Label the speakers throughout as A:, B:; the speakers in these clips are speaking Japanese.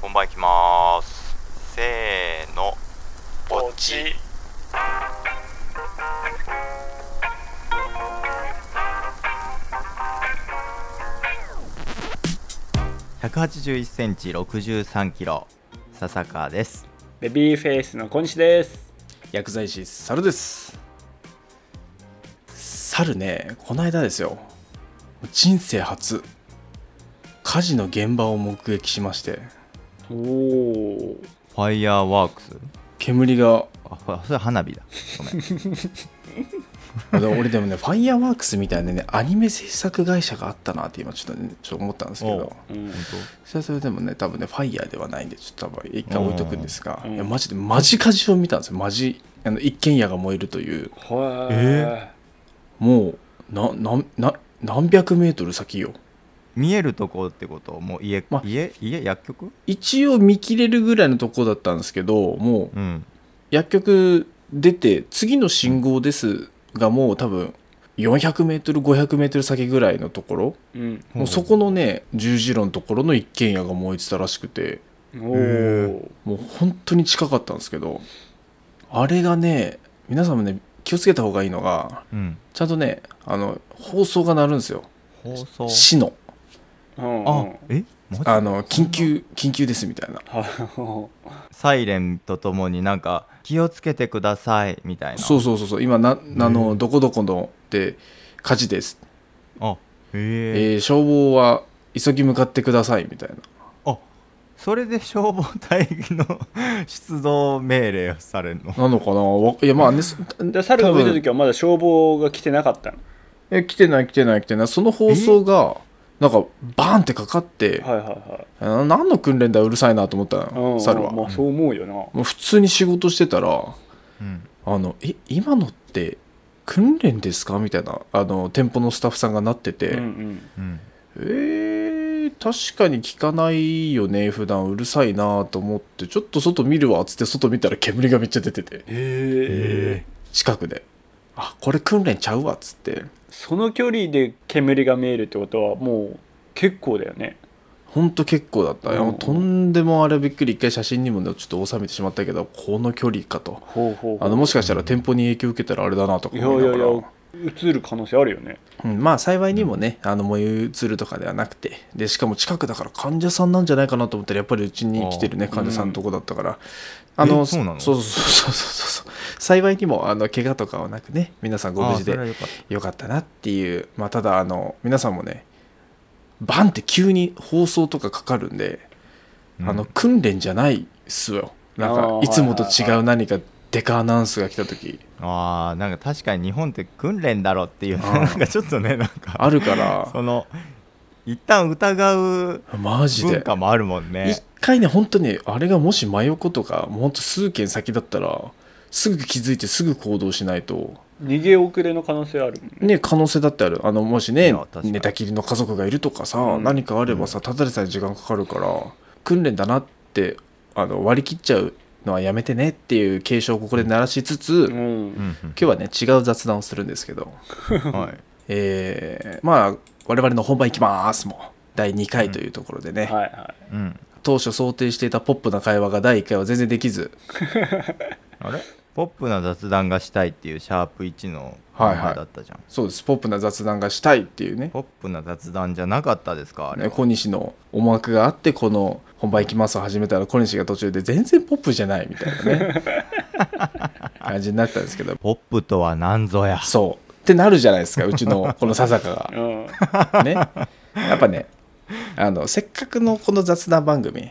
A: 本番いきまーすせーの
B: ポチ
A: 1 8 1センチ6 3キロ笹川です
C: ベビーフェイスの小西です。
B: 薬剤師猿です猿ねこの間ですよ人生初火事の現場を目撃しまして
C: おお。
A: ファイヤーワークス
B: 煙が
A: あほらそれ花火だごめん
B: あでも俺でもねファイヤーワークスみたいなねアニメ制作会社があったなって今ちょっと,、ね、ちょっと思ったんですけ
A: お
B: ど
A: う
C: うん
A: 本
B: それはそれでもね多分ねファイヤーではないんでちょっと多分一回置いとくんですが、
C: うん
B: いやマジでマジ火事を見たんですよマジあの一軒家が燃えるという
C: は
A: え
C: え
B: もうななな何百メートル先よ
A: 当見えるとこってこともう家、
B: ま
A: 家家薬局
B: 一応見切れるぐらいのとこだったんですけどもう
A: うん
B: 薬局出て次の信号ですがもう多分400メートル500メートル先ぐらいのところ
C: うん。
B: もうそこのね十字路のところの一軒家が燃えてたらしくて
C: お
A: へ
C: お。
B: もう本当に近かったんですけどあれがね皆さんもね気をつけた方がいいのが
A: うん
B: ちゃんとねあの放送が鳴るんですよ
A: 放送
B: 市の
C: うん
A: あえマジ
B: あの緊急緊急ですみたいな
C: は
A: サイレンとともになんか気をつけてくださいみたいな
B: そうそうそうそう今なあ
A: う
B: のどこどこので火事です、
A: あへ
B: え
A: え
B: ー消防は急ぎ向かってくださいみたいな
A: あそれで消防隊の 出動命令をされるの
B: なのかなわいやまあねす
C: で猿が見た
B: 多分
C: 時はまだ消防が来てなかったの。
B: え来てない来てない来てないその放送がなんかバーンってかかって、
C: はいはいはい。
B: あ何の訓練だようるさいなと思った
C: うん
B: の猿は、
C: まあそう思うよな。
B: もう普通に仕事してたら
A: うん
B: あのえ今のって訓練ですかみたいなあの店舗のスタッフさんがなってて、
C: うん
A: うん
B: えー、確かに聞かないよね普段うるさいなと思ってちょっと外見るわっつって外見たら煙がめっちゃ出てて
C: うん。へえ。
B: 近くであこれ訓練ちゃうわっつって
C: その距離で煙が見えるってことはもう結構だよね。
B: ほんと結構だった、いや
C: うん
B: もうとんでもあれはびっくり一回写真にもねちょっと収めてしまったけどこの距離かと
C: ほうほうほう。
B: あのもしかしたら店舗に影響受けたらあれだなとか
C: いや
B: 思い
C: い
B: な
C: や
B: が
C: い
B: ら
C: や。映る可能性あるよね。
B: うん、まあ幸いにもね、あの燃え移るとかではなくてでしかも近くだから患者さんなんじゃないかなと思ったらやっぱりうちに来てるね
C: あー
B: 患者さんのとこだったから、
A: うん
B: あ
A: え
B: の
A: そうなの
B: そうそうそうそうそうそう 幸いにもあの怪我とかはなくね皆さんご無事
A: あそれは
B: で
A: よかっ
B: よかったなっていうまあただあの皆さんもねバンって急に放送とかかかるんで、
A: た
B: あの訓練じゃないっすよなん
C: あ
B: か
C: ー
B: いつもと
C: はいはい
B: 違う何かデカアナウンスが来た時
A: あーなんか確かに日本って訓練だろっていう、ね、
B: うん
A: なんかちょっとねなんか
B: あるから
A: その一旦疑う
B: マジで
A: 文化もあるもんね
B: 一回ね本当にあれがもし真横とかもうほんと数軒先だったらすぐ気づいてすぐ行動しないと
C: 逃げ遅れの可能性あるもんね。
B: ね可能性だってあるあのもしね
A: いや確かに
B: 寝たきりの家族がいるとかさ、
C: うん
B: 何かあればさただでさえ時間かかるから訓練だなってあの割り切っちゃうのはやめてねっていう警鐘をここで鳴らしつつ、
C: う
B: 今
C: ん。
A: うんうん
B: 日はね違う雑談をするんですけど
A: はい
B: えー、まあ我々の本番いきますもう第2回というところでね、
C: はいはい。
A: うん
B: 当初想定していたポップな会話が第1回は全然できず
A: あれポップな雑談がしたいっていうシャープ1の
B: はいはい
A: だったじゃん、
B: そうですポップな雑談がしたいっていうね
A: ポップな雑談じゃなかったですかあれ
B: ね小西の思惑があってこの「本番行きます」を始めたら小西が途中で全然ポップじゃないみたいなね感じになったんですけど
A: ポップとは何ぞや
B: そうってなるじゃないですかうちのこの笹香
C: うん。
B: がねやっぱねあのせっかくのこの雑談番組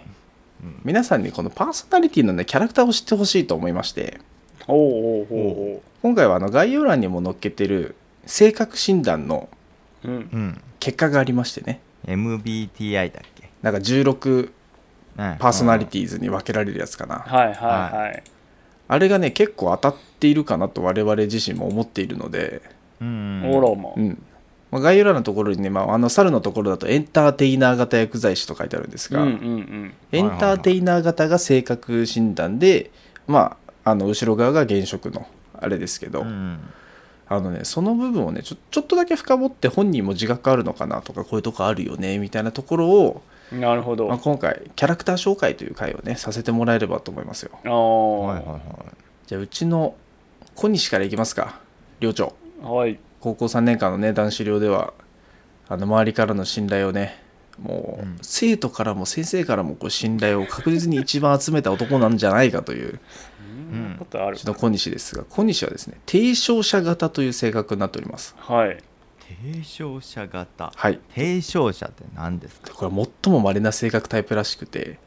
B: 皆さんにこのパーソナリティのねキャラクターを知ってほしいと思いまして
C: おうおうおう
B: 今回はあの概要欄にも載っけてる性格診断の
C: おう。うん。
A: うん
B: 結果がありましてね
A: MBTI だっけ、
B: なんか16
A: ね
B: パーソナリティーズに分けられるやつかな、
C: はいはいはい。
B: あれがね結構当たっているかなと我々自身も思っているので、
A: うん、
C: オロも
B: う。んまあ、概要欄のところにね、まあ、あの猿のところだとエンターテイナー型薬剤師と書いてあるんです
C: うんう
B: が、
C: んうん。
B: エンターテイナー型が性格診断で、まあ、あの後ろ側が現職のあれですけ
A: う
B: ど、
A: ん
B: ああのねその部分をねちょちょっとだけ深掘って本人も自覚あるのかなとかこういうとこあるよねみたいなところを、
C: なるほど。
B: まあ、
C: あ
B: 今回キャラクター紹介という回をねさせてもらえればと思いますよ
C: あ、
A: はいは
C: はい
B: じゃあうちの小西からいきますか寮長
C: い、はい。
B: 高校3年間のね男子寮ではあの周りからの信頼をねもう、
A: うん
B: 生徒からも先生からもこう信頼を確実に一番集めた男なんじゃないかという
C: そんなことあ
B: う
C: る
B: ち。の小西ですが小西はですね提唱者型という性格になっております
C: はい。
A: いはい提唱者型
B: はい
A: 提唱者って何ですか
B: でこれは最も稀な性格タイプらしくて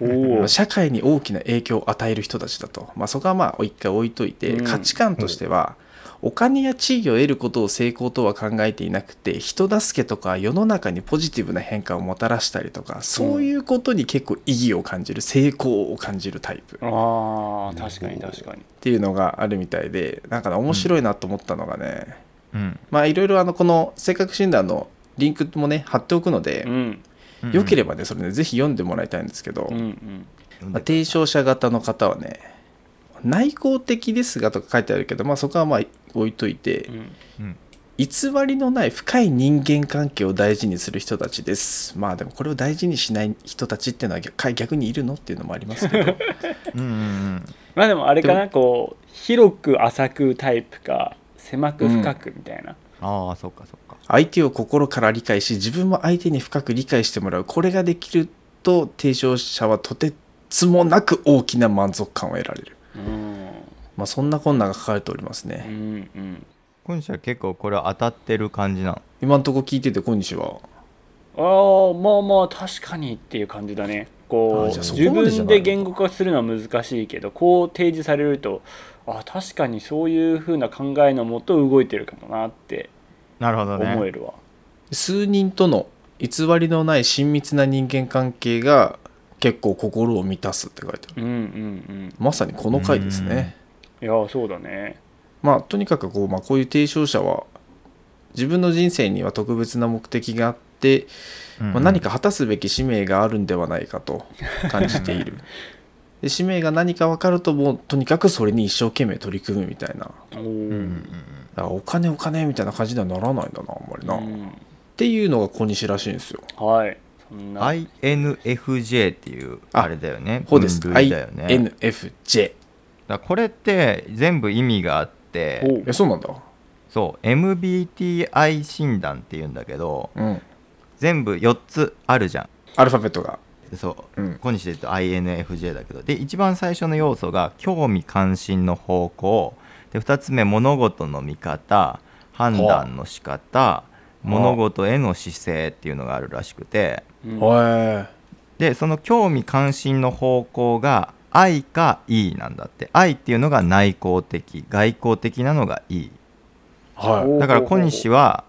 C: おお。
B: 社会に大きな影響を与える人たちだと、まあ、そこはまあ一回置いといて、
C: うん
B: 価値観としては、お金や地位を得ることを成功とは考えていなくて人助けとか世の中にポジティブな変化をもたらしたりとかそういうことに結構意義を感じる成功を感じるタイプっ
C: ああ、確かに確かに。
B: ていうのがあるみたいでなんかね面白いなと思ったのがね、
A: うん
B: まあいろいろあのこの性格診断のリンクもね貼っておくので
C: う、ん。
B: よけれ
A: ば
B: ばねそれねぜひ読んでもらいたいんですけど、
C: うんうん。
B: まあ、提唱者型の方はね内向的ですがとか書いてあるけど、まあ、そこはまあ置いといて、
C: うん
B: 偽りのない深い人間関係を大事にする人たちですまあでもこれを大事にしない人たちっていうのは逆逆にいるのっていうのもあります けど
A: うんうんうん
C: まあでもあれかな、こう、広く浅くタイプか、狭く深くみたいな。
A: ああそっかそっか
B: 相手を心から理解し自分も相手に深く理解してもらうこれができると提唱者はとてつもなく大きな満足感を得られる、
C: うん。
B: まあ、そんなこんなが書かれております
C: う
B: ね
C: んうん。
A: 今週は結構これ当たってる感じなの
B: 今んとこ聞いてて今西は
C: ああまあまあ確かにっていう感じだねこ
A: あ
C: う
A: じゃあそ
C: 自
B: こまでじゃ
C: 分
B: ないのか
C: で言語化するのは難しいけどこう提示されるとあ確かにそういうふうな考えのもと動いてるかもなって
A: なるほどね
C: 思えるわ、
B: 数人との偽りのない親密な人間関係が結構心を満たすって書いてある
C: うんうん
B: まさにこの回ですね
C: うんいやそうだね
B: まあとにかくこう,、まあ、こういう提唱者は自分の人生には特別な目的があって、
A: うん
B: まあ、何か果たすべき使命があるんではないかと感じているで使命が何か分かるともうとにかくそれに一生懸命取り組むみたいなだか
C: おお、
A: うんうん
B: らお金お金みたいな感じにはならないんだなあんまりな、
C: う
B: っ
C: ん
B: ていうのが小西らしいんですよ
C: はいそん
A: うん
C: な、
A: INFJ っていう
B: あ
A: あれだよね
B: ほうです、
A: 分類だよねだか
B: INFJ
A: らこれって全部意味があって
C: おう
B: えそうなんだ
A: そう MBTI 診断っていうんだけど
B: うん
A: 全部4つあるじゃ
B: アルファベットが
A: んそう
B: うん
A: 小西で言うと INFJ だけどで一番最初の要素が興味関心の方向で2つ目物事の見方判断の仕方物事への姿勢っていうのがあるらしくて
C: うん
B: へ
A: でその興味関心の方向が愛か E なんだって愛っていうのが内向的外向的なのが E
B: は
A: だから小西は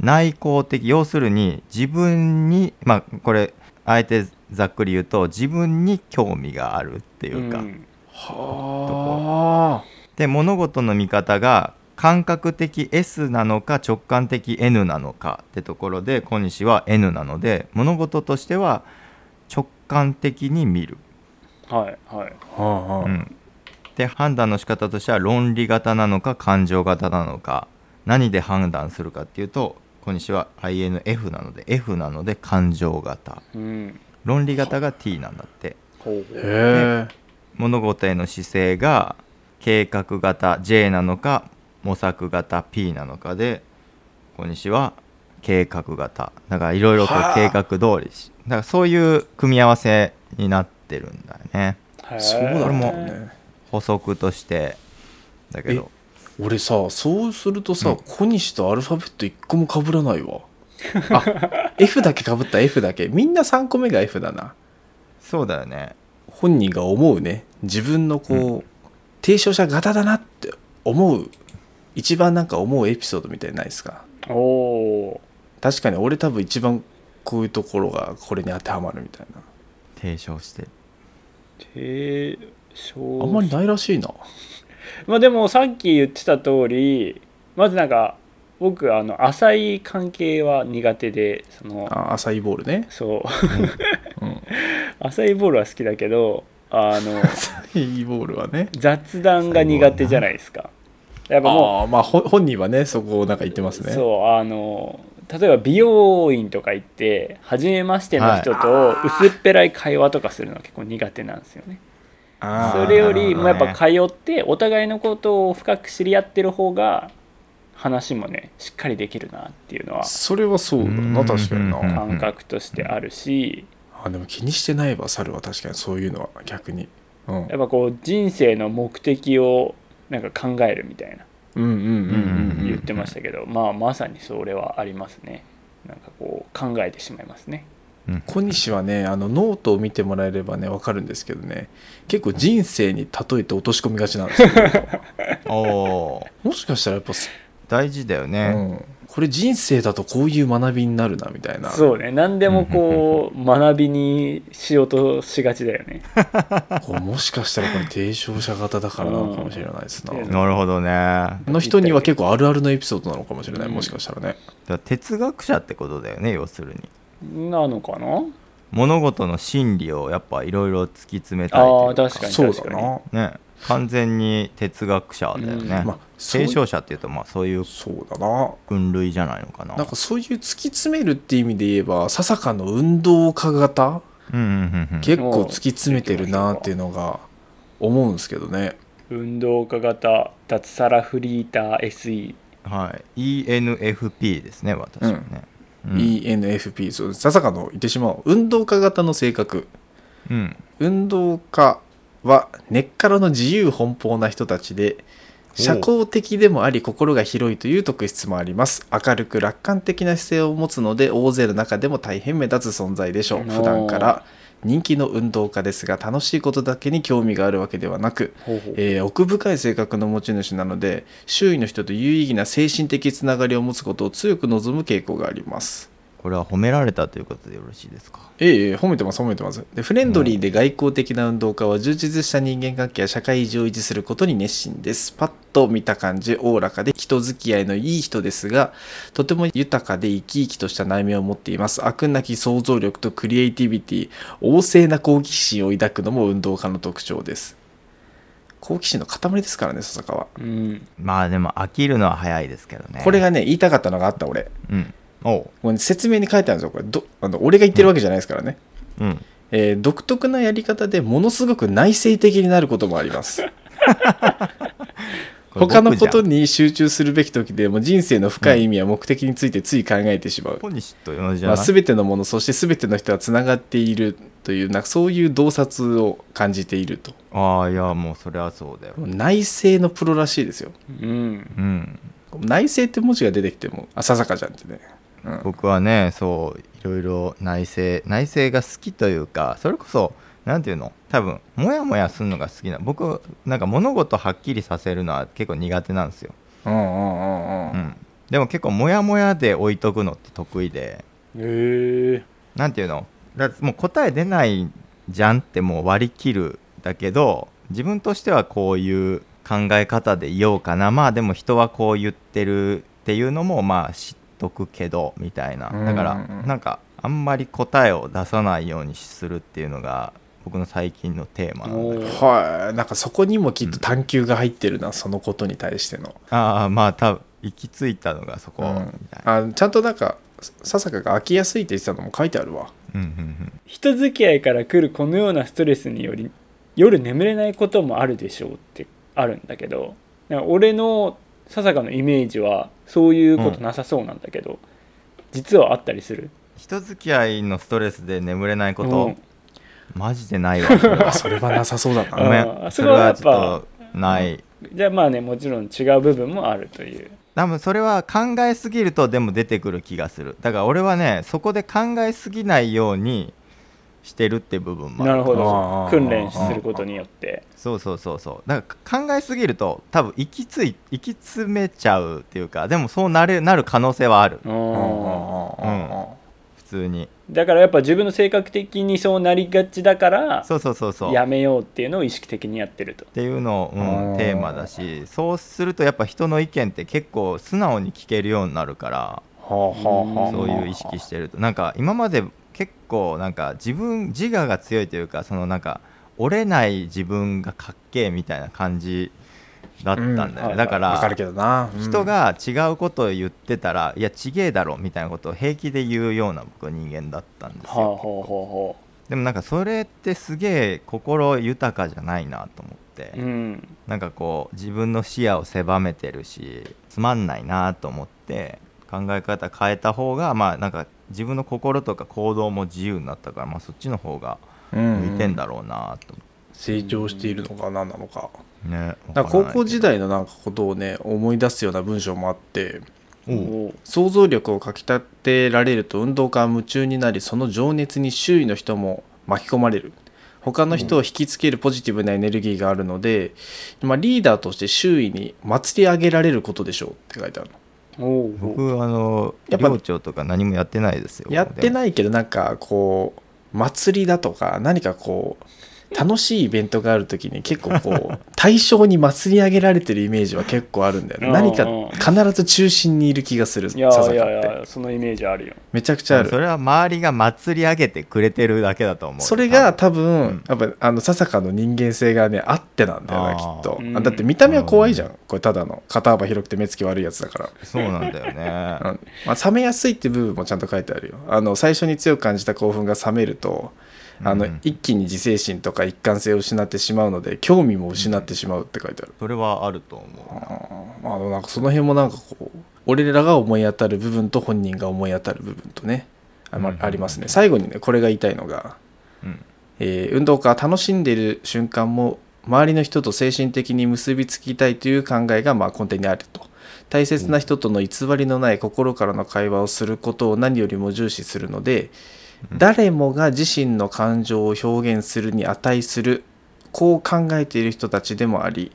A: 内向的要するに自分にまあこれあえてざっくり言うと自分に興味があるっていうか、
C: ん
B: いはあ
A: で物事の見方が感覚的 S なのか直感的 N なのかってところで小西は N なので物事としては直感的に見る、
C: はいはい
B: は
A: う
B: あ
A: ん、で判断の仕方としては論理型なのか感情型なのか何で判断するかっていうと小西は INF なので F なので感情型
C: うん
A: 論理型が T なんだって
C: ほうほう
B: へえ
A: 物事への姿勢が計画型 J なのか模索型 P なのかで小西は計画型だからいろいろこう
B: はあ
A: 計画通りしだからそういう組み合わせになってるんだよね
C: へー
B: そうだ
A: 俺も
B: もんね
A: 補足としてだけど
B: 俺さそうするとさ、
A: うん
B: 小西とアルファベット一個も被らないわあ F だけ被った F だけみんな3個目が F だな
A: そうだよね
B: 本人が思うね自分のこう、提唱者型だなって思う一番なんか思うエピソードみたいなのないですか
C: おお
B: 確かに俺多分一番こういうところがこれに当てはまるみたいな
A: 提唱してる
C: 提唱
B: あんまりないらしいな
C: まあでもさっき言ってた通りまずなんか僕あの浅い関係は苦手でその
B: あアサイーボールね、
C: そ
B: う
C: う
B: ん、
C: 浅いボールは好きだけどあの
B: アサイーボールはね
C: 雑談が苦手じゃないですかやっぱも
B: ああまあほ本人はねそこをなんか言ってます
C: う、
B: ね
C: そうあの例えば美容院とか行って初めましての人と薄っぺらい会話とかするのは結構苦手なんですよね。
B: あー
C: それよりも
A: な
C: や
A: る
C: っ
A: ほど
C: ぱ通ってお互いのことを深く知り合ってる方が話もねしっかりできるなっていうのは
B: それはそうだ
A: う
B: なん確かに
A: うん
B: な
C: 感覚としてあるし
B: あでも気にしてないわ猿は確かにそういうのは逆に、うん、うん
C: やっぱこう人生の目的をなんか考えるみたいな
B: うんうんうんうん
C: 言ってましたけど、まあまさにそれはありますねなんかこう考えてしまいますね
B: 小西はねあのノートを見てもらえればね分かるんですけどね結構人生に例えて落とし込みがちなんです よ
A: おー
B: もしかしたらやっぱ、
A: 大事だよ
B: う
A: ね、
B: ん、これ人生だとこういう学びになるなみたいな
C: そうね何でもこう学びにしようとしがちだよね
B: こうもしかしたらこれ提唱者型だからなのかもしれないですな、
C: うん
A: なるほどね
B: あの人には結構あるあるのエピソードなのかもしれない、
C: うん
B: もしかしたらね
A: だから哲学者ってことだよね要するに
C: なのかな
A: 物事の真理をやっぱいろいろ突き詰めたい
C: ああ
A: という
C: 確かに
B: そう
C: 確
B: だ
C: かに
B: な、
A: ね完全に哲学者だよね、
C: うん
B: まあそう
A: 提唱者っていうとまあそういう
B: そうだな
A: 分類じゃないのかな
B: なんかそういう突き詰めるって意味で言えば笹香の運動家型
A: うんうんうんうん
B: 結構突き詰めてるなっていうのが思うんですけどね
C: 運動家型脱サラフリーター SE
A: はい、ENFP ですね私はね、うん
B: ENFP そう笹香の言ってしまう運動家型の性格
A: うん
B: 運動家は根っからの自由奔放な人たちで
A: おう
B: 社交的でもあり心が広いという特質もあります明るく楽観的な姿勢を持つので大勢の中でも大変目立つ存在でしょう
C: おー
B: 普段から人気の運動家ですが楽しいことだけに興味があるわけではなく、えー奥深い性格の持ち主なので周囲の人と有意義な精神的つながりを持つことを強く望む傾向があります
A: これは褒められたということでよろしいですか
B: ええええ褒めてます褒めてますでフレンドリーで外交的な運動家は充実した人間関係や社会維持を維持することに熱心ですパッと見た感じおおらかで人付き合いのいい人ですがとても豊かで生き生きとした内面を持っています悪なき想像力とクリエイティビティ旺盛な好奇心を抱くのも運動家の特徴です好奇心の塊ですからね笹川は
C: うん
A: まあでも飽きるのは早いですけどね
B: これがね言いたかったのがあった俺
A: うんおう
B: もうね説明に書いてあるんですよこれどあの俺が言ってるわけじゃないですからね、
A: うん
B: えー独特なやり方でものすごく内省的になることもあります
A: これ僕じゃ
B: 他
A: ん
B: のことに集中するべき時でも人生の深い意味や目的についてつい考えてしまう、
A: 小西と同じじゃ
B: まあ、
A: ない、
B: 全てのものそして全ての人はつながっているというなんかそういう洞察を感じていると
A: ああいやもうそれはそうだよ
B: 内省のプロらしいですよ
C: うん
A: うん
B: 内省って文字が出てきてもあささかちゃんってね、うん
A: 僕はねそういろいろ内政内政が好きというかそれこそ何ていうの多分モヤモヤするのが好きな僕なんか物事はっきりさせるのは結構苦手なんですよ、
B: うんうんうん
A: う
B: うん
A: ん、でも結構モヤモヤで置いとくのって得意で
C: へえ
A: なんていうのだもう答え出ないじゃんってもう割り切るだけど自分としてはこういう考え方でいようかなまあでも人はこう言ってるっていうのもまあ知っとくけどみたいなだか
B: うんうんう
A: ら
B: ん
A: なんかあんまり答えを出さないようにするっていうのが僕の最近のテーマなんだけど
C: おー
B: はいなんかそこにもきっと探求が入ってるな、そのことに対しての
A: ああまあ多分行き着いたのがそこ
B: う
A: み
B: ん
A: たいな、
B: あちゃんとなんかささかが飽きやすいって言ってたのも書いてあるわ
A: うんうん
C: 人付き合いから来るこのようなストレスにより夜眠れないこともあるでしょうってあるんだけどなんか俺のささかのイメージはそういうことなさそうなんだけど、実はあったりする
A: うん、人付き合いのストレスで眠れないこと、
C: うん
A: マジでないわそれは
B: あそれはなさそうだ
A: ご
B: な
C: あ
A: め
C: ー
A: んそ
C: そ
A: れ
C: れはや
A: は
C: っぱ
A: ちょっとない
C: じゃあまあねもちろん違う部分もあるという
A: 多分それは考えすぎるとでも出てくる気がするだから俺はねそこで考えすぎないようにしてるって部分もある
C: なるほ
B: あ
C: ど
B: ー
C: 訓練することによって
A: そうそうそうそうだから考えすぎると多分行きつい行き詰めちゃうっていうかでもそうなれなる可能性はある
B: う
C: うん
A: 普通に
C: だからやっぱ自分の性格的にそうなりがちだから
A: そうそうそうそう
C: や
A: っ
C: めようっていうのを意識的にやってると
A: ていうのを、うん
B: あー
A: テーマだしそうするとやっぱ人の意見って結構素直に聞けるようになるから
C: はあ
A: そういう意識してるとなんか今まで結構なんか自分自我が強いというかそのなんか折れない自分がかっけえみたいな感じだったんだよね、
C: うんはい
A: だか
B: わ
A: ら
B: かるけどな、うん
A: 人が違うことを言ってたら、いやちげえだろみたいなことを平気で言うような僕は人間だったんです
C: はあはあはあ
A: よ
C: は
A: でもなんかそれってすげえ心豊かじゃないなと思って、
C: あうん
A: なんかこう自分の視野を狭めてるしつまんないなと思って考え方変えた方がまあなんか自分の心とか行動も自由になったから、まあ、そっちの方が向いてんだろうなと思
B: 成長しているのか何なのか
A: って、ね
B: だ
A: わ
B: から
A: からない
B: 高
A: けど
B: 校時代のなんかことをね思い出すような文章もあって
A: おう
C: おう
B: 想像力をかきたてられると運動家は夢中になりその情熱に周囲の人も巻き込まれる他の人を引きつけるポジティブなエネルギーがあるので、まあ、リーダーとして周囲に祭り上げられることでしょうって書いてあるの
C: おう
A: 僕あの
B: やっぱ
A: 寮長とか何もやってないですよ
B: やって
A: い
B: ないけどなんかこう祭りだとか何かこう楽しいイベントがある時に結構こう 対象に祭り上げられてるイメージは結構あるんだよね
C: うん
B: 何か必ず中心にいる気がする
C: いや
B: 笹香っ
C: いやい
B: て
C: やそのイメージあるよ
B: めちゃくちゃある
A: それは周りが祭り上げてくれてるだけだと思う
B: それが
A: 多
B: 多分、
A: う
B: やっぱあの笹香の人間性がねあってなんだよ
A: あ
B: なき
A: ー
B: っと、
C: うん
B: あだって見た目は怖いじゃん、これただの肩幅広くて目つき悪いやつだか
A: 分そうなんだよね
B: ら、うんまあ、冷めやすいって部分もちゃんと書いてあるよあの最初に強く感じた興奮が冷めるとあの、
A: うん
B: 一気に自制心とか一貫性を失ってしまうので興味も失ってしまうって書いてある、
A: それはあると思
B: まあ、なんかその辺もなんかこう俺らが思い当たる部分と本人が思い当たる部分とねあ,、ま
A: うん
B: ありますね最後にねこれが言いたいのが
A: う、うん、
B: えー運動家は楽しんでいる瞬間も周りの人と精神的に結びつきたいという考えがまあ根底にあると大切な人との偽りのない心からの会話をすることを何よりも重視するので
A: うん
B: 誰もが自身の感情を表現するに値するこう考えている人たちでもあり、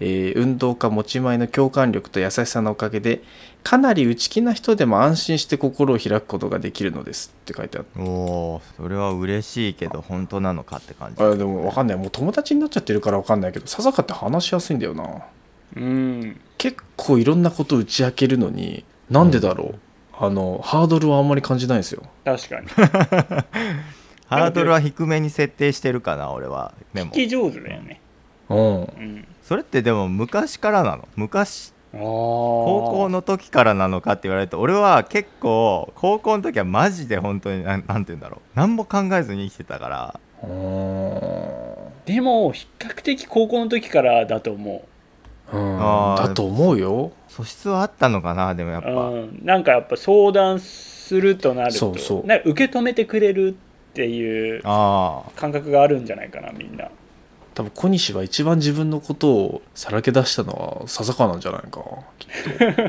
B: えー運動家持ち前の共感力と優しさのおかげでかなり内気な人でも安心して心を開くことができるのですって書いてある
A: おーそれは嬉しいけど本当なのかって感じ
B: あでも分かんないもう友達になっちゃってるから分かんないけどささかって話しやすいんだよな
C: うん
B: 結構いろんなこと打ち明けるのになんでだろう、あのハードルはあんまり感じないんですよ
C: 確かに
A: ハードルは低めに設定してるかな俺はで
C: 聞
A: も
C: き上手だよね
B: うん
C: うん
A: それってでも昔からなの昔
C: ああ
A: 高校の時からなのかって言われると俺は結構高校の時はマジで本当になんなんて言うんだろう何も考えずに生きてたから
B: うーん
C: でも比較的高校の時からだと思
B: うん
A: あー
B: だと思うよ
A: 素質はあったのかなでもやっ
C: う、う
A: ぱ
C: ん、なんかやっぱ相談するとなると
B: そうそう
C: なんか受け止めてくれるっていう
A: ああ
C: 感覚があるんじゃないかなみんな
B: 多分小西は一番自分のことをさらけ出したのはささかなんじゃないかきっと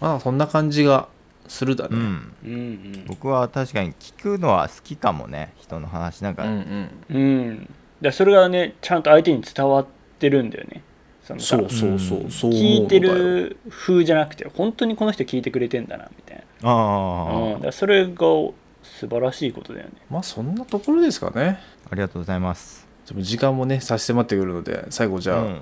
B: まあそんな感じがするだ
A: う
B: ね、
A: ん
C: うん
A: 僕は確かに聞くのは好きかもね人の話なんか、
B: うん
C: うん、うん、だからそれがねちゃんと相手に伝わってるんだよねそのさ
B: そうそうそう、
A: うん
B: そう思う
C: 聞
B: の
C: いて
B: だよ
C: る風じゃなくて本当にこの人聞いてくれてんだなみたいな、うん、
A: ああ
C: だからそれが素晴らしいことだよね
B: まあそんなところですかね
A: ありがとうございます
B: でも時間もね差し迫ってくるので最後じ
A: じ
B: ゃあ、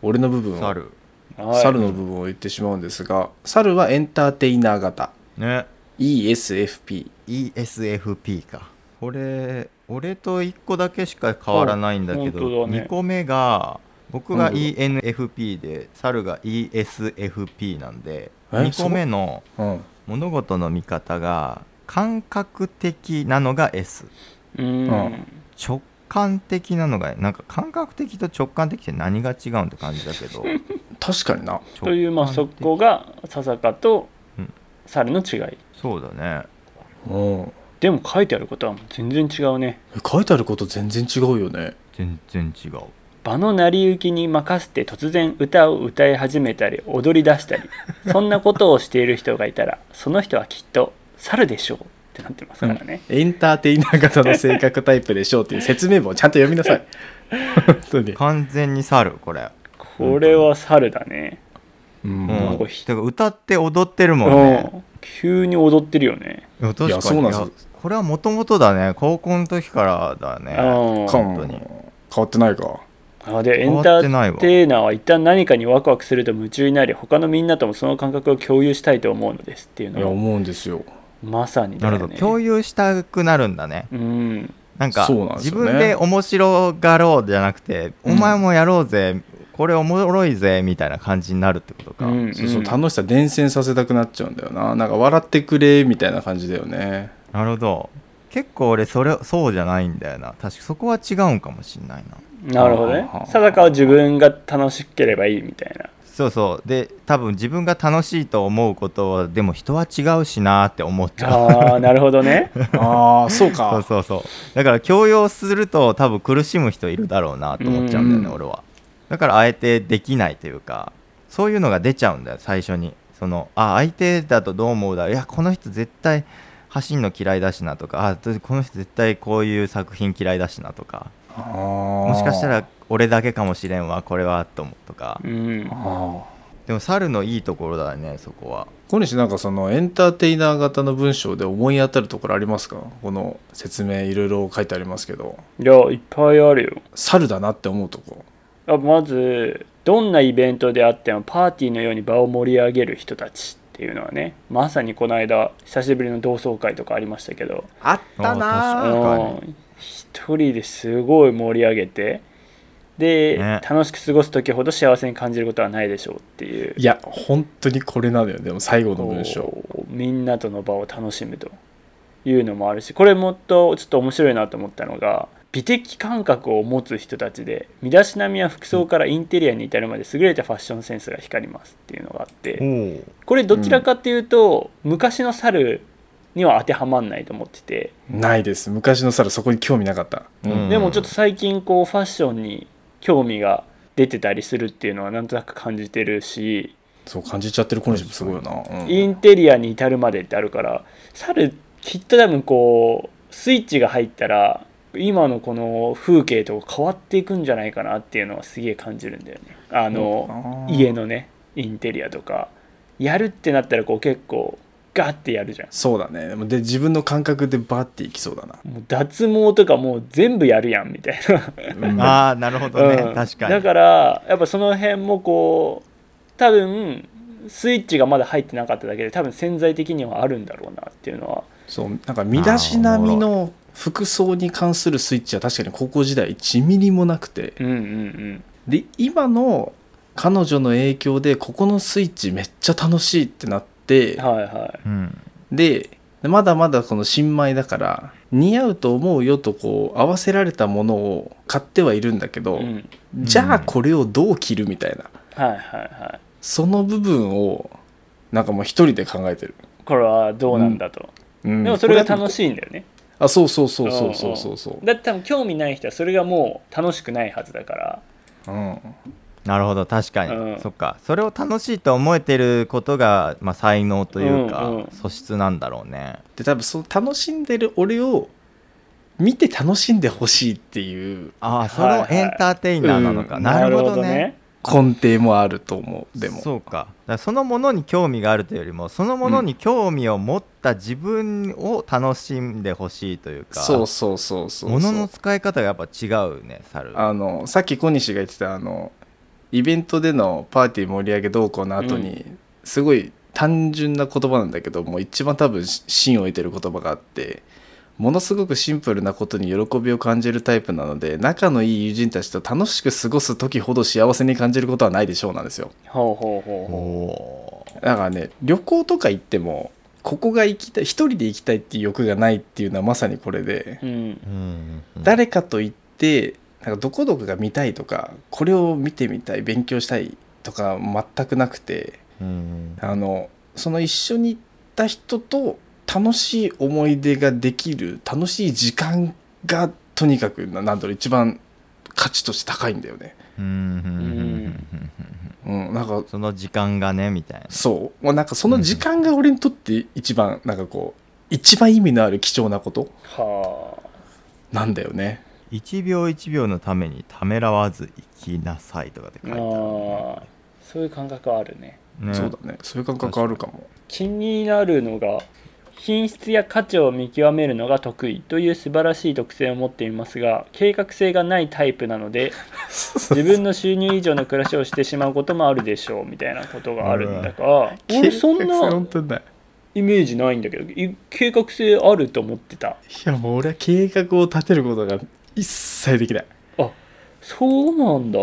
B: 俺の部分を猿,、
A: 猿
C: は
B: の部
C: い
B: 分を言ってしまうんですが猿はエンターテイナー型
A: ね
B: ESFP
A: ESFP かこれ俺と1個だけしか変わらないんだけ
C: あ本当
A: ど、
C: だね
A: 2個目が僕が
B: うん
A: ENFP で猿が ESFP なんで
B: え
A: 2個目の
B: うん
A: 物事の見方が感覚的なのが S
C: うん、
B: うん
A: 直感的なのがなんか感覚的と直感的って何が違うんって感じだけ ど
B: 確かにな
C: というまあ
A: 直
C: そ
A: 感的
C: こが笹かと
A: うん
C: 猿の違い
A: そうだね
B: うんえ
C: でも書いてあることはもう全然違うね
B: 書いてあること全然違うよね
A: 全然違う
C: 場の成り行きに任せて突然歌を歌い始めたり踊り 出したりそんなことをしている人がいたらその人はきっと猿でしょうってなってますからね、
B: エンターテイナー型の性格タイプでしょうっていう説明文をちゃんと読みな さい本当に
A: 完全に猿これ
C: これは猿だね
B: うん
A: う
C: なんん
A: て
C: か
A: か
C: ひ
A: 歌って踊ってるもんね
C: うん急に踊ってるよね
A: いや確かに
B: いやそうなんですよ
A: いやこれはもともとだね高校の時からだね
C: うん
B: か
A: 本当
B: も
A: に
B: 変わってないか
C: あでエ
A: 変わ
C: ン
A: っ
C: タ
A: てない
C: ー
A: わ
C: テイナーは一旦何かにワクワクすると夢中になり他のみんなともその感覚を共有したいと思うのですっていう
B: いや
C: のは
B: 思うんですよ
C: まさに
A: な
C: だ
A: る
C: よ
A: ほど
C: ね
A: 共有したくなるんだね
C: うん
A: なんか
B: そうなんです
A: 自
B: よね
A: 分で面白がろうじゃなくて、
B: うん
A: お前もやろうぜこれおもろいぜみたいな感じになるってことか、
C: うん
B: そうそう
C: うん
B: 楽しさ伝染させたくなっちゃうんだよななんか笑ってくれみたいな感じだよ ね
A: なるほど結構俺それそうじゃないんだよな確かそこは違うんかもしんないな
C: なるほど
B: は
C: ね
B: あはあ
C: 定かは自分が楽しければいいみた いな
A: そうそうで多分自分が楽しいと思うことはでも人は違うしなーって思っちゃう
C: ああなるほど ね
B: ああそうか
A: そうそうそうだから強要すると多分苦しむ人いるだろうなと思っちゃうんだよね、
B: うん
A: 俺はだからあえてできないというかそういうのが出ちゃうんだよ最初にそのあ相手だとどう思うだろういやこの人絶対走んの嫌いだしなとかあこの人絶対こういう作品嫌いだしなとか
B: も
A: もしかしたら俺だけかもしれんわこれはと思うとか
C: うん
A: でも猿のいいところだよねそこは
B: 小西なんかそのエンターテイナー型の文章で思い当たるところありますかこの説明いろいろ書いてありますけど
C: いやいっぱいあるよ
B: 猿だなって思うとこ
C: あまずどんなイベントであってもパーティーのように場を盛り上げる人たちっていうのはねまさにこの間久しぶりの同窓会とかありましたけど
B: あった
A: なあ
C: う
A: ー
C: ん一人ですごい盛り上げてで、
A: ね
C: 楽しく過ごす時ほど幸せに感じることはないでしょうっていう
B: いや本当にこれなのよでも最後の文章
C: こうみんなとの場を楽しむというのもあるしこれもっとちょっと面白いなと思ったのが美的感覚を持つ人たちで身だしなみや服装からインテリアに至るまで優れたファッションセンスが光りますっていうのがあって
A: お
C: これどちらかっていうと、昔の猿には当てはまんないと思ってて
B: ないです昔の猿そこに興味なかった、
A: うん
C: でもちょっと最近こうファッションに興味が出てたりするっていうのはなんとなく感じてるし
B: そう感じちゃってる小西もすごいよな、うん
C: インテリアに至るまでってあるから猿きっと多分こうスイッチが入ったら今のこの風景と変わっていくんじゃないかなっていうのはすげえ感じるんだよねあの、
B: あー
C: 家のねインテリアとかやるってなったらこう結構ガッてやるじゃん
B: そうだねで自分の感覚でバッていきそうだな、
C: もう脱毛とかもう全部やるやんみたいな
B: うん
A: ああなるほどね、
C: うん
A: 確かに
C: だからやっぱその辺もこう多分スイッチがまだ入ってなかっただけで多分潜在的にはあるんだろうなっていうのは
B: そうなんか身だしなみの服装に関するスイッチは確かに高校時代1ミリもなくて
C: うんうんうん
B: で今の彼女の影響でここのスイッチめっちゃ楽しいってなって
C: はいはい
A: うん
B: でまだまだこの新米だから似合うと思うよとこう合わせられたものを買ってはいるんだけど、
C: うん、
B: じゃあこれをどう着るみたいな
C: はいはいは
B: その部分をなんかもう一人で考えてる、
C: いこれはどうなんだと、
B: うん
C: でもそれが楽
B: こ
C: しいんだよね
B: はあそうそうそうそうそうそうそう
C: だって多分興味ない人はそれがもう楽しくないはずだか
B: う
C: ら
B: ん
A: なるほど確かに、
C: うん
A: そっかそれを楽しいと思えてることが、まあ、才能というか、
C: うんうん
A: 素質なんだろうね
B: で多分その楽しんでる俺を見て楽しんでほしいっていう
A: ああそ
C: はい
A: の
C: はい
A: エンターテイナーなのか、
B: う
A: なるほどね
B: 根底もあると思うでも
A: そうかだからそのものに興味があるというよりもそのものに興味を持った自分を楽しんでほしいというか、
B: そうそうそうそう
A: ものの使い方がやっぱ違うね猿
B: あのさっき小西が言ってたあのイベントでのパーティー盛り上げ動向の後に、すごい単純な言葉なんだけどもう一番多分し芯を得てる言葉があってものすごくシンプルなことに喜びを感じるタイプなので仲のいい友人たちと楽しく過ごす時ほど幸せに感じることはないでしょうなんですよ
C: ほうほうほう
A: お
C: ほ
A: おー
B: だからね旅行とか行ってもここが行きたい一人で行きたいっていう欲がないっていうのはまさにこれで
C: う、うん
A: うんうん
B: 誰かと行ってなんかどこどこが見たいとかこれを見てみたい勉強したいとか全くなくて
A: うん
B: あのその一緒に行った人と楽しい思い出ができる楽しい時間がとにかくななんだろう一番価値として高いんだよね。
A: うんうんうんうんうん
B: うん、なんか
A: その時間がねみたいな
B: そうもうなんかその時間が俺にとって一番なんかこう一番意味のある貴重なこと
C: はあ
B: なんだよね。
A: 1秒1秒のためにためらわず生きなさいとかって書いてある
C: あーそういう感覚はあるね
A: ね
B: そうだねそういう感覚あるかも。
C: 気になるのが品質や価値を見極めるのが得意という素晴らしい特性を持っていますが計画性がないタイプな ので自分の収入以上の暮らしをしてしまうこともあるでしょうみたいなことがあるん だが俺そんな
B: 本当にない
C: イメージないんだけどい計画性あると思ってた
B: いやもう俺は計画を立てることが一切できない
C: そうなんだ
A: え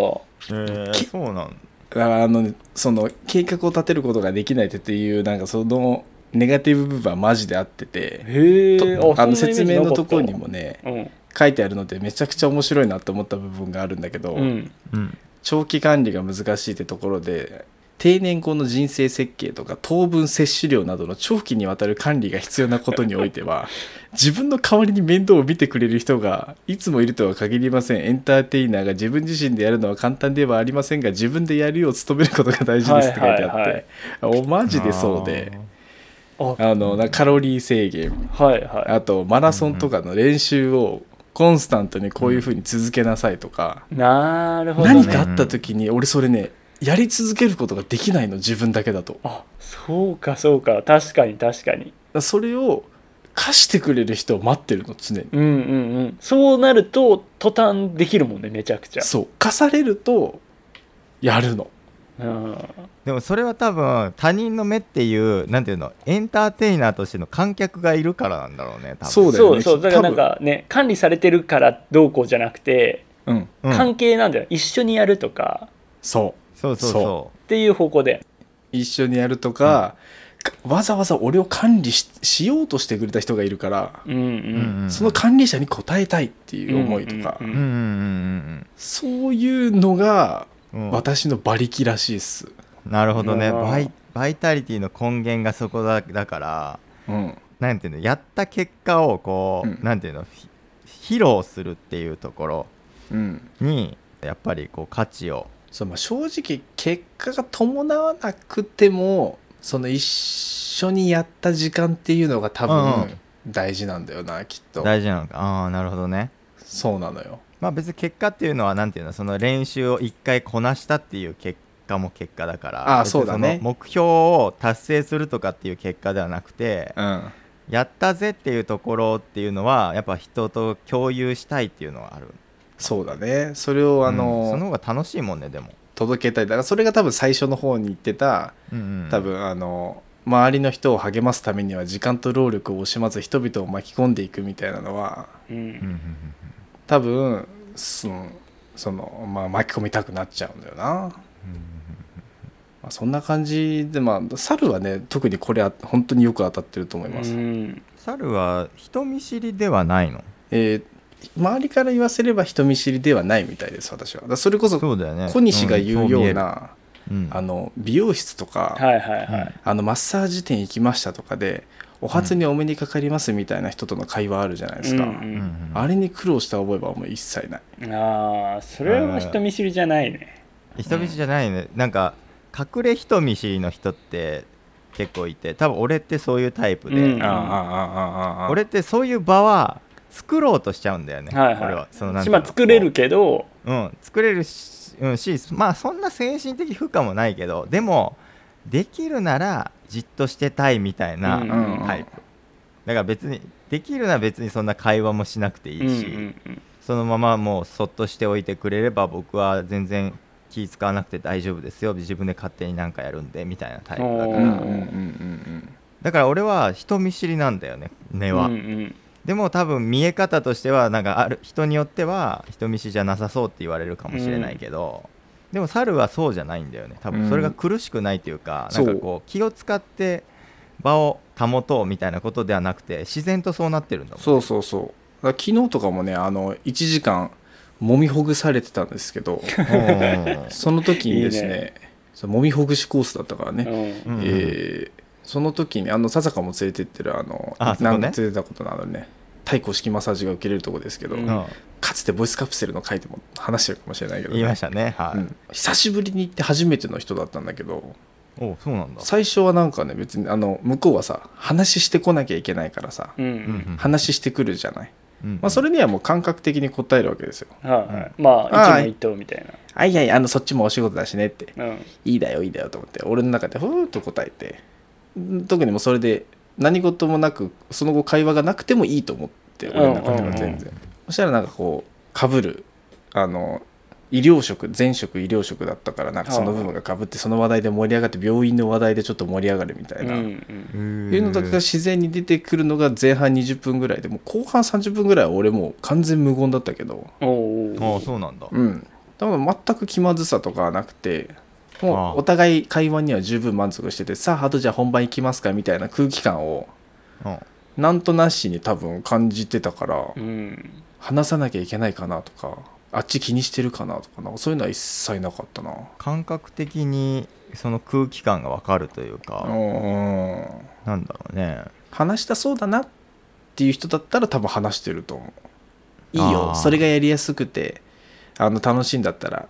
A: ー、そうなん
B: だからあのね、その計画を立てることができないっていうなんかそのネガティブ部分はマジであってて、
C: へえ
B: とあの説明のところにもね
C: うん
B: 書いてあるのでめちゃくちゃ面白いなと思った部分があるんだけど、
C: うん
A: うん
B: 長期管理が難しいってところで定年後の人生設計とか当分摂取量などの長期にわたる管理が必要なことにおいて は自分の代わりに面倒を見てくれる人がいつもいるとは限りませんエンターテイナーが自分自身でやるのは簡単ではありませんが自分でやるよう努めることが大事ですって書いてあって、
C: はいはい
B: おマジでそうで
C: あ
B: あのなカロリー制限
C: はいは
B: あとマラソンとかの練習をコンスタントにこういうふうに続けなさいとか。
C: いなるほど、ね、
B: 何かあった時に俺それねやり続けることができないの自分だけだとだか
C: あそうかそうか確かに確かに
B: らそれを貸してくれる人を待ってるの常に
C: うんうんうんそうなると途端できるもんねめちゃくちゃ
B: そう貸されるとやるの
C: うん
A: でもそれは多分他人の目っていうなんていうのエンターテイナーとしての観客がいるからなんだろうね多分
B: そうだよね
C: そうそうだからな
B: 多
C: ん
B: 分
C: かね管理されてるからどうこうじゃなくて、
B: うん
A: うん
C: 関係なんだよ一緒にやるとか
B: そう
A: そうそう
B: そ
A: そ
C: っていう方向で
B: 一緒にやるとか、わざわざ俺を管理ししようとしてくれた人がいるから、
C: うん
A: う、うんうん、
B: その管理者に応えたいっていう思いとか、
C: うんうん
A: うんうんうん
B: そういうのが
A: うんうん
B: 私の馬力らしいっす、
A: なるほどね
C: うん
A: バイバイタリティの根源がそこだだから
B: うん、
A: なんていうのやった結果をこう、
B: うん
A: なんていうのひ披露するっていうところ
B: うん
A: にやっぱりこう価値を
B: そうまあ正直結果が伴わなくてもその一緒にやった時間っていうのが多
A: うんう
B: 分
A: ん
B: 大事なんだよなきっと
A: 大事なのかああなるほどね
B: そうなのよ
A: まあ別に結果っていうのはなんていうのその練習を一回こなしたっていう結果も結果だから
B: あー
A: 別に
B: そうだね
A: の目標を達成するとかっていう結果ではなくて、
B: うん
A: やったぜっていうところっていうのはやっぱ人と共有したいっていうのはある
B: そうだねそれをあ
A: うんその
B: の
A: 方が楽しいもんねでも、
B: 届けたいだからそれが多分最初の方に言ってた
A: うんうん
B: 多分あの周りの人を励ますためには時間と労力を惜しまず人々を巻き込んでいくみたいなのは
C: うん
A: うんうん
B: 多分そのその、まあ、巻き込みたくなっちゃうんだよな
A: うんうん
B: まあ、そんな感じで、まあ、猿はね特にこれは本当によく当たってると思います、
C: うん
A: 猿は人見知りではないの
B: えー周りから言わせれば人見知りではないみたいです私はだからそれこそ
A: そうだよね
B: 小西が言うよう、な、
A: んそ
B: あ
A: 見える
B: の美容室とか、
C: はいはい
A: うん
C: はい、
B: あのマッサージ店行きましたとかでお初にお目にかかりますみたいな人との会話あるじゃないですか、
C: うん
A: うんうん
B: あれに苦労した覚えはもう一切ない
C: ああそれは人見知りじゃないね
A: 人見知りじゃないねなんか隠れ人見知りの人って結構いて多分俺ってそういうタイプで、
C: うん
B: ああああああ
A: 俺ってそういう場は作ろうとしちゃうんだよね、
C: はいはい
A: 俺はそのなんていうの
C: 島作れるけど
A: うん、作れるし,、うん、しまあそんな精神的負荷もないけどでもできるならじっとしてたいみたいな、
C: うん
A: だタイプから別にできるなら別にそんな会話もしなくていいし、
C: うんうんうん
A: そのままもうそっとしておいてくれれば僕は全然気使わなくて大丈夫ですよ自分で勝手になんかやるんでみたいなタイプだ
B: う
A: か
B: んうんうん
A: ら
B: うんうん
A: だから俺は人見知りなんだよね根は、
C: うんうん
A: でも多分見え方としてはなんかある人によっては人見知りじゃなさそうって言われるかもしれないけど、でも猿はそうじゃないんだよね多分それが苦しくないというか、
B: うん
A: なんかこう気を使って場を保とうみたいなことではなくて自然とそうなってるんだもん
B: そうそうそうだから昨日とかもねあの1時間揉みほぐされてたんです けどその時にですね
C: いい
B: その揉みほぐしコースだったからね、
C: うん
A: うんうん
B: えーその時にあの笹香も連れてってるあの
A: あそこ
B: な
A: ね
B: んか連れてたことのあるね太鼓式マッサージが受けれるとこですけど、
C: う
A: う
C: ん
A: ん
B: かつてボイスカプセルの回でも話してるかもしれないけどね、
A: 言いましたねはい、
B: うん久しぶりに行って初めての人だったんだけど
A: おうそうなんだ
B: 最初はなんかね別にあの向こうはさ話してこなきゃいけないからさ、
C: うんう
A: うん
C: ん
B: 話してくるじゃない、
A: うん
B: まあ、それにはもう感覚的に答えるわけですよ。
C: はいはいまあ一問一答みたい
B: あいやいや、あの、そっちもお仕事だしねって、
C: なうん
B: いいだよ、いいだよと思って、俺の中でふーっと答えて、ん特にもうそれで何事もなく、その後会話がなくてもいいと思って、俺の中では全然。
C: うんうん
B: そしたらなんかこう、かぶる、あの、医療職前職医療職だったからなんかその部分がかぶってその話題で盛り上がって病院の話題でちょっと盛り上がるみた
C: う
B: い
C: んう
B: な、
C: ん
A: い
B: いうのだけが自然に出てくるのが前半20分ぐらいでもう後半30分ぐらいは俺もう完全無言だったけど、
C: おーおー
A: ああそうなんだ
B: うん、だから全く気まずさとかはなくて
A: ああ
B: もうお互い会話には十分満足しててさああとじゃあ本番行きますかみたいな空気感を
A: うん
B: なんとなしに多分感じてたから
C: うん
B: 話さなきゃいけないかなとかあっち気にしてるかなとかなんかそういうのは一切なかったな
A: 感覚的にその空気感が分かるというか、
B: うん
A: なんだろうね
B: 話したそうだなっていう人だったら多分話してると思ういい
A: あ
B: よ
A: ー
B: それがやりやすくてあの楽しいんだったら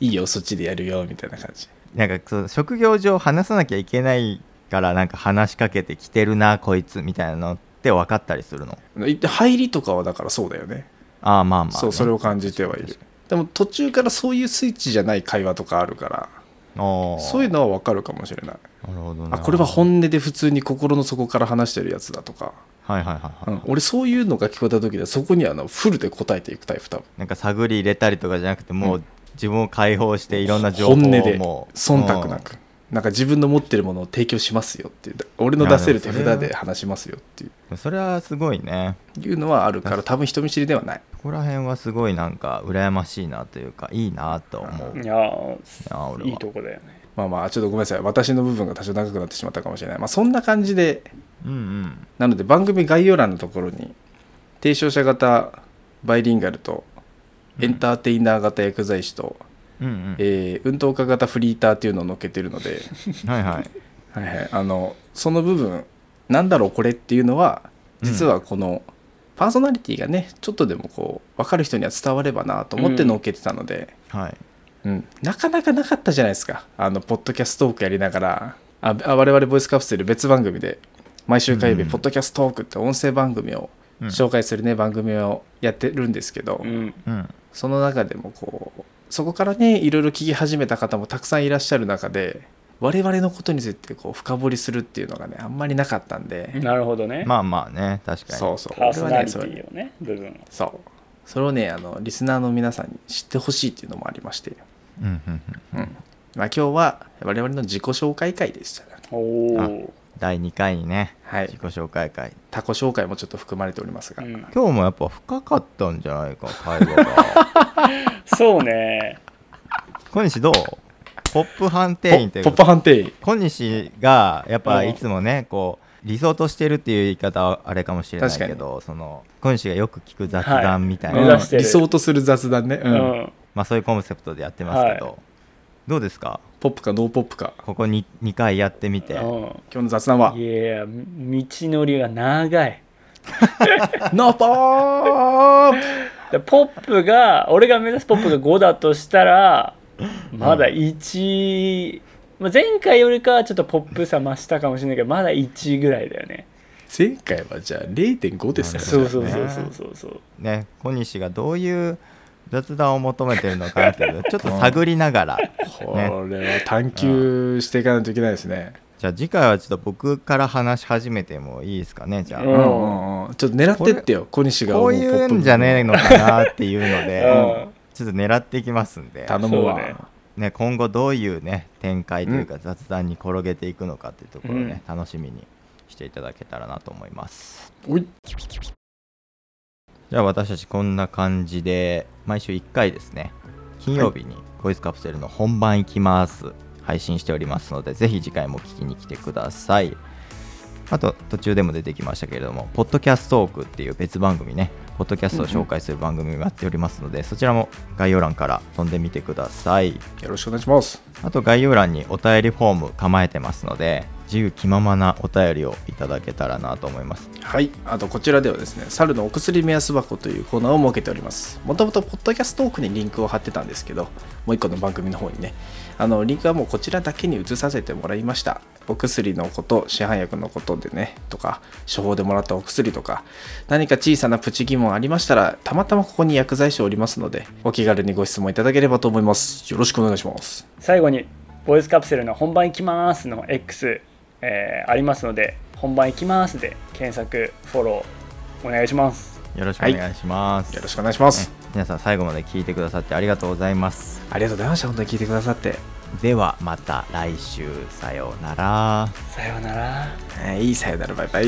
B: いいよそっちでやるよみたいな感じ
A: なんかそう職業上話さなきゃいけないからなんか話しかけてきてるなこいつみたいなのって分かったりするの
B: い入りとかはだからそうだよね
A: ああまあまあね、
B: そうそれを感じてはいるでも途中からそういうスイッチじゃない会話とかあるから
A: ああ
B: そういうのはわかるかもしれない
A: なるほどね
B: あこれは本音で普通に心の底から話してるやつだとか、
A: はいはいはい、
B: う
A: はい
B: ん、俺そういうのが聞こえた時でそこにはあのフルで答えていくタイプ多分
A: なんか探り入れたりとかじゃなくても
B: う
A: う自分を解放していろんな情報を
B: 本音で
A: もう
B: 忖度な
A: うん
B: くなんか自分の持ってるものを提供しますよっていう俺の出せる手
A: いやでもそ
B: 札
A: れは
B: で話しますよっていう
A: それはすごいね
B: いうのはあるから多分人見知りではない
A: ここら辺はすごいなんか羨ましいなというかいいなと思う、
C: いやー
A: あ俺はい
C: いとこだよね
B: まあまあちょっとごめんなさい私の部分が多少長くなってしまったかもしれないまあそんな感じで
A: うんうん
B: なので番組概要欄のところに提唱者型バイリンガルとエンターテイナー型薬剤師と、
A: うんうん
B: えー運動家型フリーターっていうのを載っけてる ので
A: はいはい
B: はい、はい、あのその部分なんだろうこれっていうのは実はこのパーソナリティがねちょっとでもこう分かる人には伝わればなと思って載っけてたので、
A: はい
B: うんなかなかなかったじゃないですかあのポッドキャストトークやりながらああ我々ボイスカプセル別番組で毎週火曜日、
A: うん
B: ポッドキャストトークって音声番組を
A: うん
B: 紹介するね、番組をやってるんですけど、
C: うん
A: うん
B: その中でもこうそこからねいろいろ聞き始めた方もたくさんいらっしゃる中で我々のことについてこう深掘りするっていうのがねあんまりなかったんで、
C: なるほどね
A: まあまあね確かに
B: そうそう
C: パーソナリテ
B: それ
C: ィをね部分を
B: そうそれをねあのリスナーの皆さんに知ってほしいっていうのもありまして、
A: うんうんうん
B: うんまあ、今日は我々の自己紹介会でしたね
C: おお
A: 第2回にね
B: はい
A: 自己紹介会
B: 他己紹介もちょっと含まれておりますが、
C: うん
A: 今日もやっぱ深かったんじゃないか会話 が
C: そうね
A: 小西どうポップ判定員という
B: ポ
A: こ
B: ッ
A: と
B: プ判定員
A: 小西がやっぱ
C: うん
A: いつもねこう理想としてるっていう言い方はあれかもしれないけどその小西がよく聞く雑談みたいな、
C: 目
B: うん
C: 指してる
B: 理想とする雑談ね、う
C: うんん
A: まあ、そういうコンセプトでやってますけど、
C: は
A: どうですか
B: ポップかノーポップか
A: ここに2回やってみて
C: う
B: 今日の雑談は
C: んいや道のりが長い
B: ノーポッ
C: でポップが俺が目指すポップが5だとしたらまだ1、まあ、前回よりかはちょっとポップさ増したかもしれないけどまだ1ぐらいだよね
B: プ前回はじゃあ0.5ですからね
C: そうそうそうそうそうそう
A: ね小西がどういう雑談を求めてるのかなっていうのを ちょっと探りながら、ね、
B: これは探求していかないといけないですね
A: じゃあ次回はちょっと僕から話し始めてもいいですかねじゃあ、
C: う
B: うんうんうんちょっと狙ってってよ小西が
A: こうい
B: もポップ
A: うんじゃねえのかなっていうので、
C: うん
A: ちょっと狙っていきますんで、
B: 頼むわ、
C: そうね
A: ね、今後どういうね展開というか雑談に転げていくのかっていうところをね、楽しみにしていただけたらなと思います
B: おい
A: じゃあ私たちこんな感じで毎週1回ですね金曜日にボイスカプセルの本番行きます、配信しておりますのでぜひ次回も聞きに来てくださいあと途中でも出てきましたけれども「ポッドキャストトーク」っていう別番組ねポッドキャストを紹介する番組もやっておりますので、そちらも概要欄から飛んでみてください
B: よろしくお願いします
A: あと概要欄にお便りフォーム構えてますので自由気ままなお便りをいただけたらなと思います
B: はいあとこちらではですね猿のお薬目安箱というコーナーを設けておりますもともとポッドキャストトークにリンクを貼ってたんですけどもう一個の番組の方にねあのリンクはもうこちらだけに移させてもらいましたお薬のこと市販薬のことでねとか処方でもらったお薬とか何か小さなプチ疑問ありましたらたまたまここに薬剤師おりますのでお気軽にご質問いただければと思いますよろしくお願いします
C: 最後に「ボイスカプセルの本番いきます」の X、えーありますので「本番いきます」で検索フォローお願いします
A: よろしくお願いします、
B: よろしくお願いします、
A: ね皆さん最後まで聞いてくださってありがとうございます
B: ありがとうございました本当に聞いてくださって、
A: ではまた来週さようなら
C: さようなら
B: はい、さよならバイバイ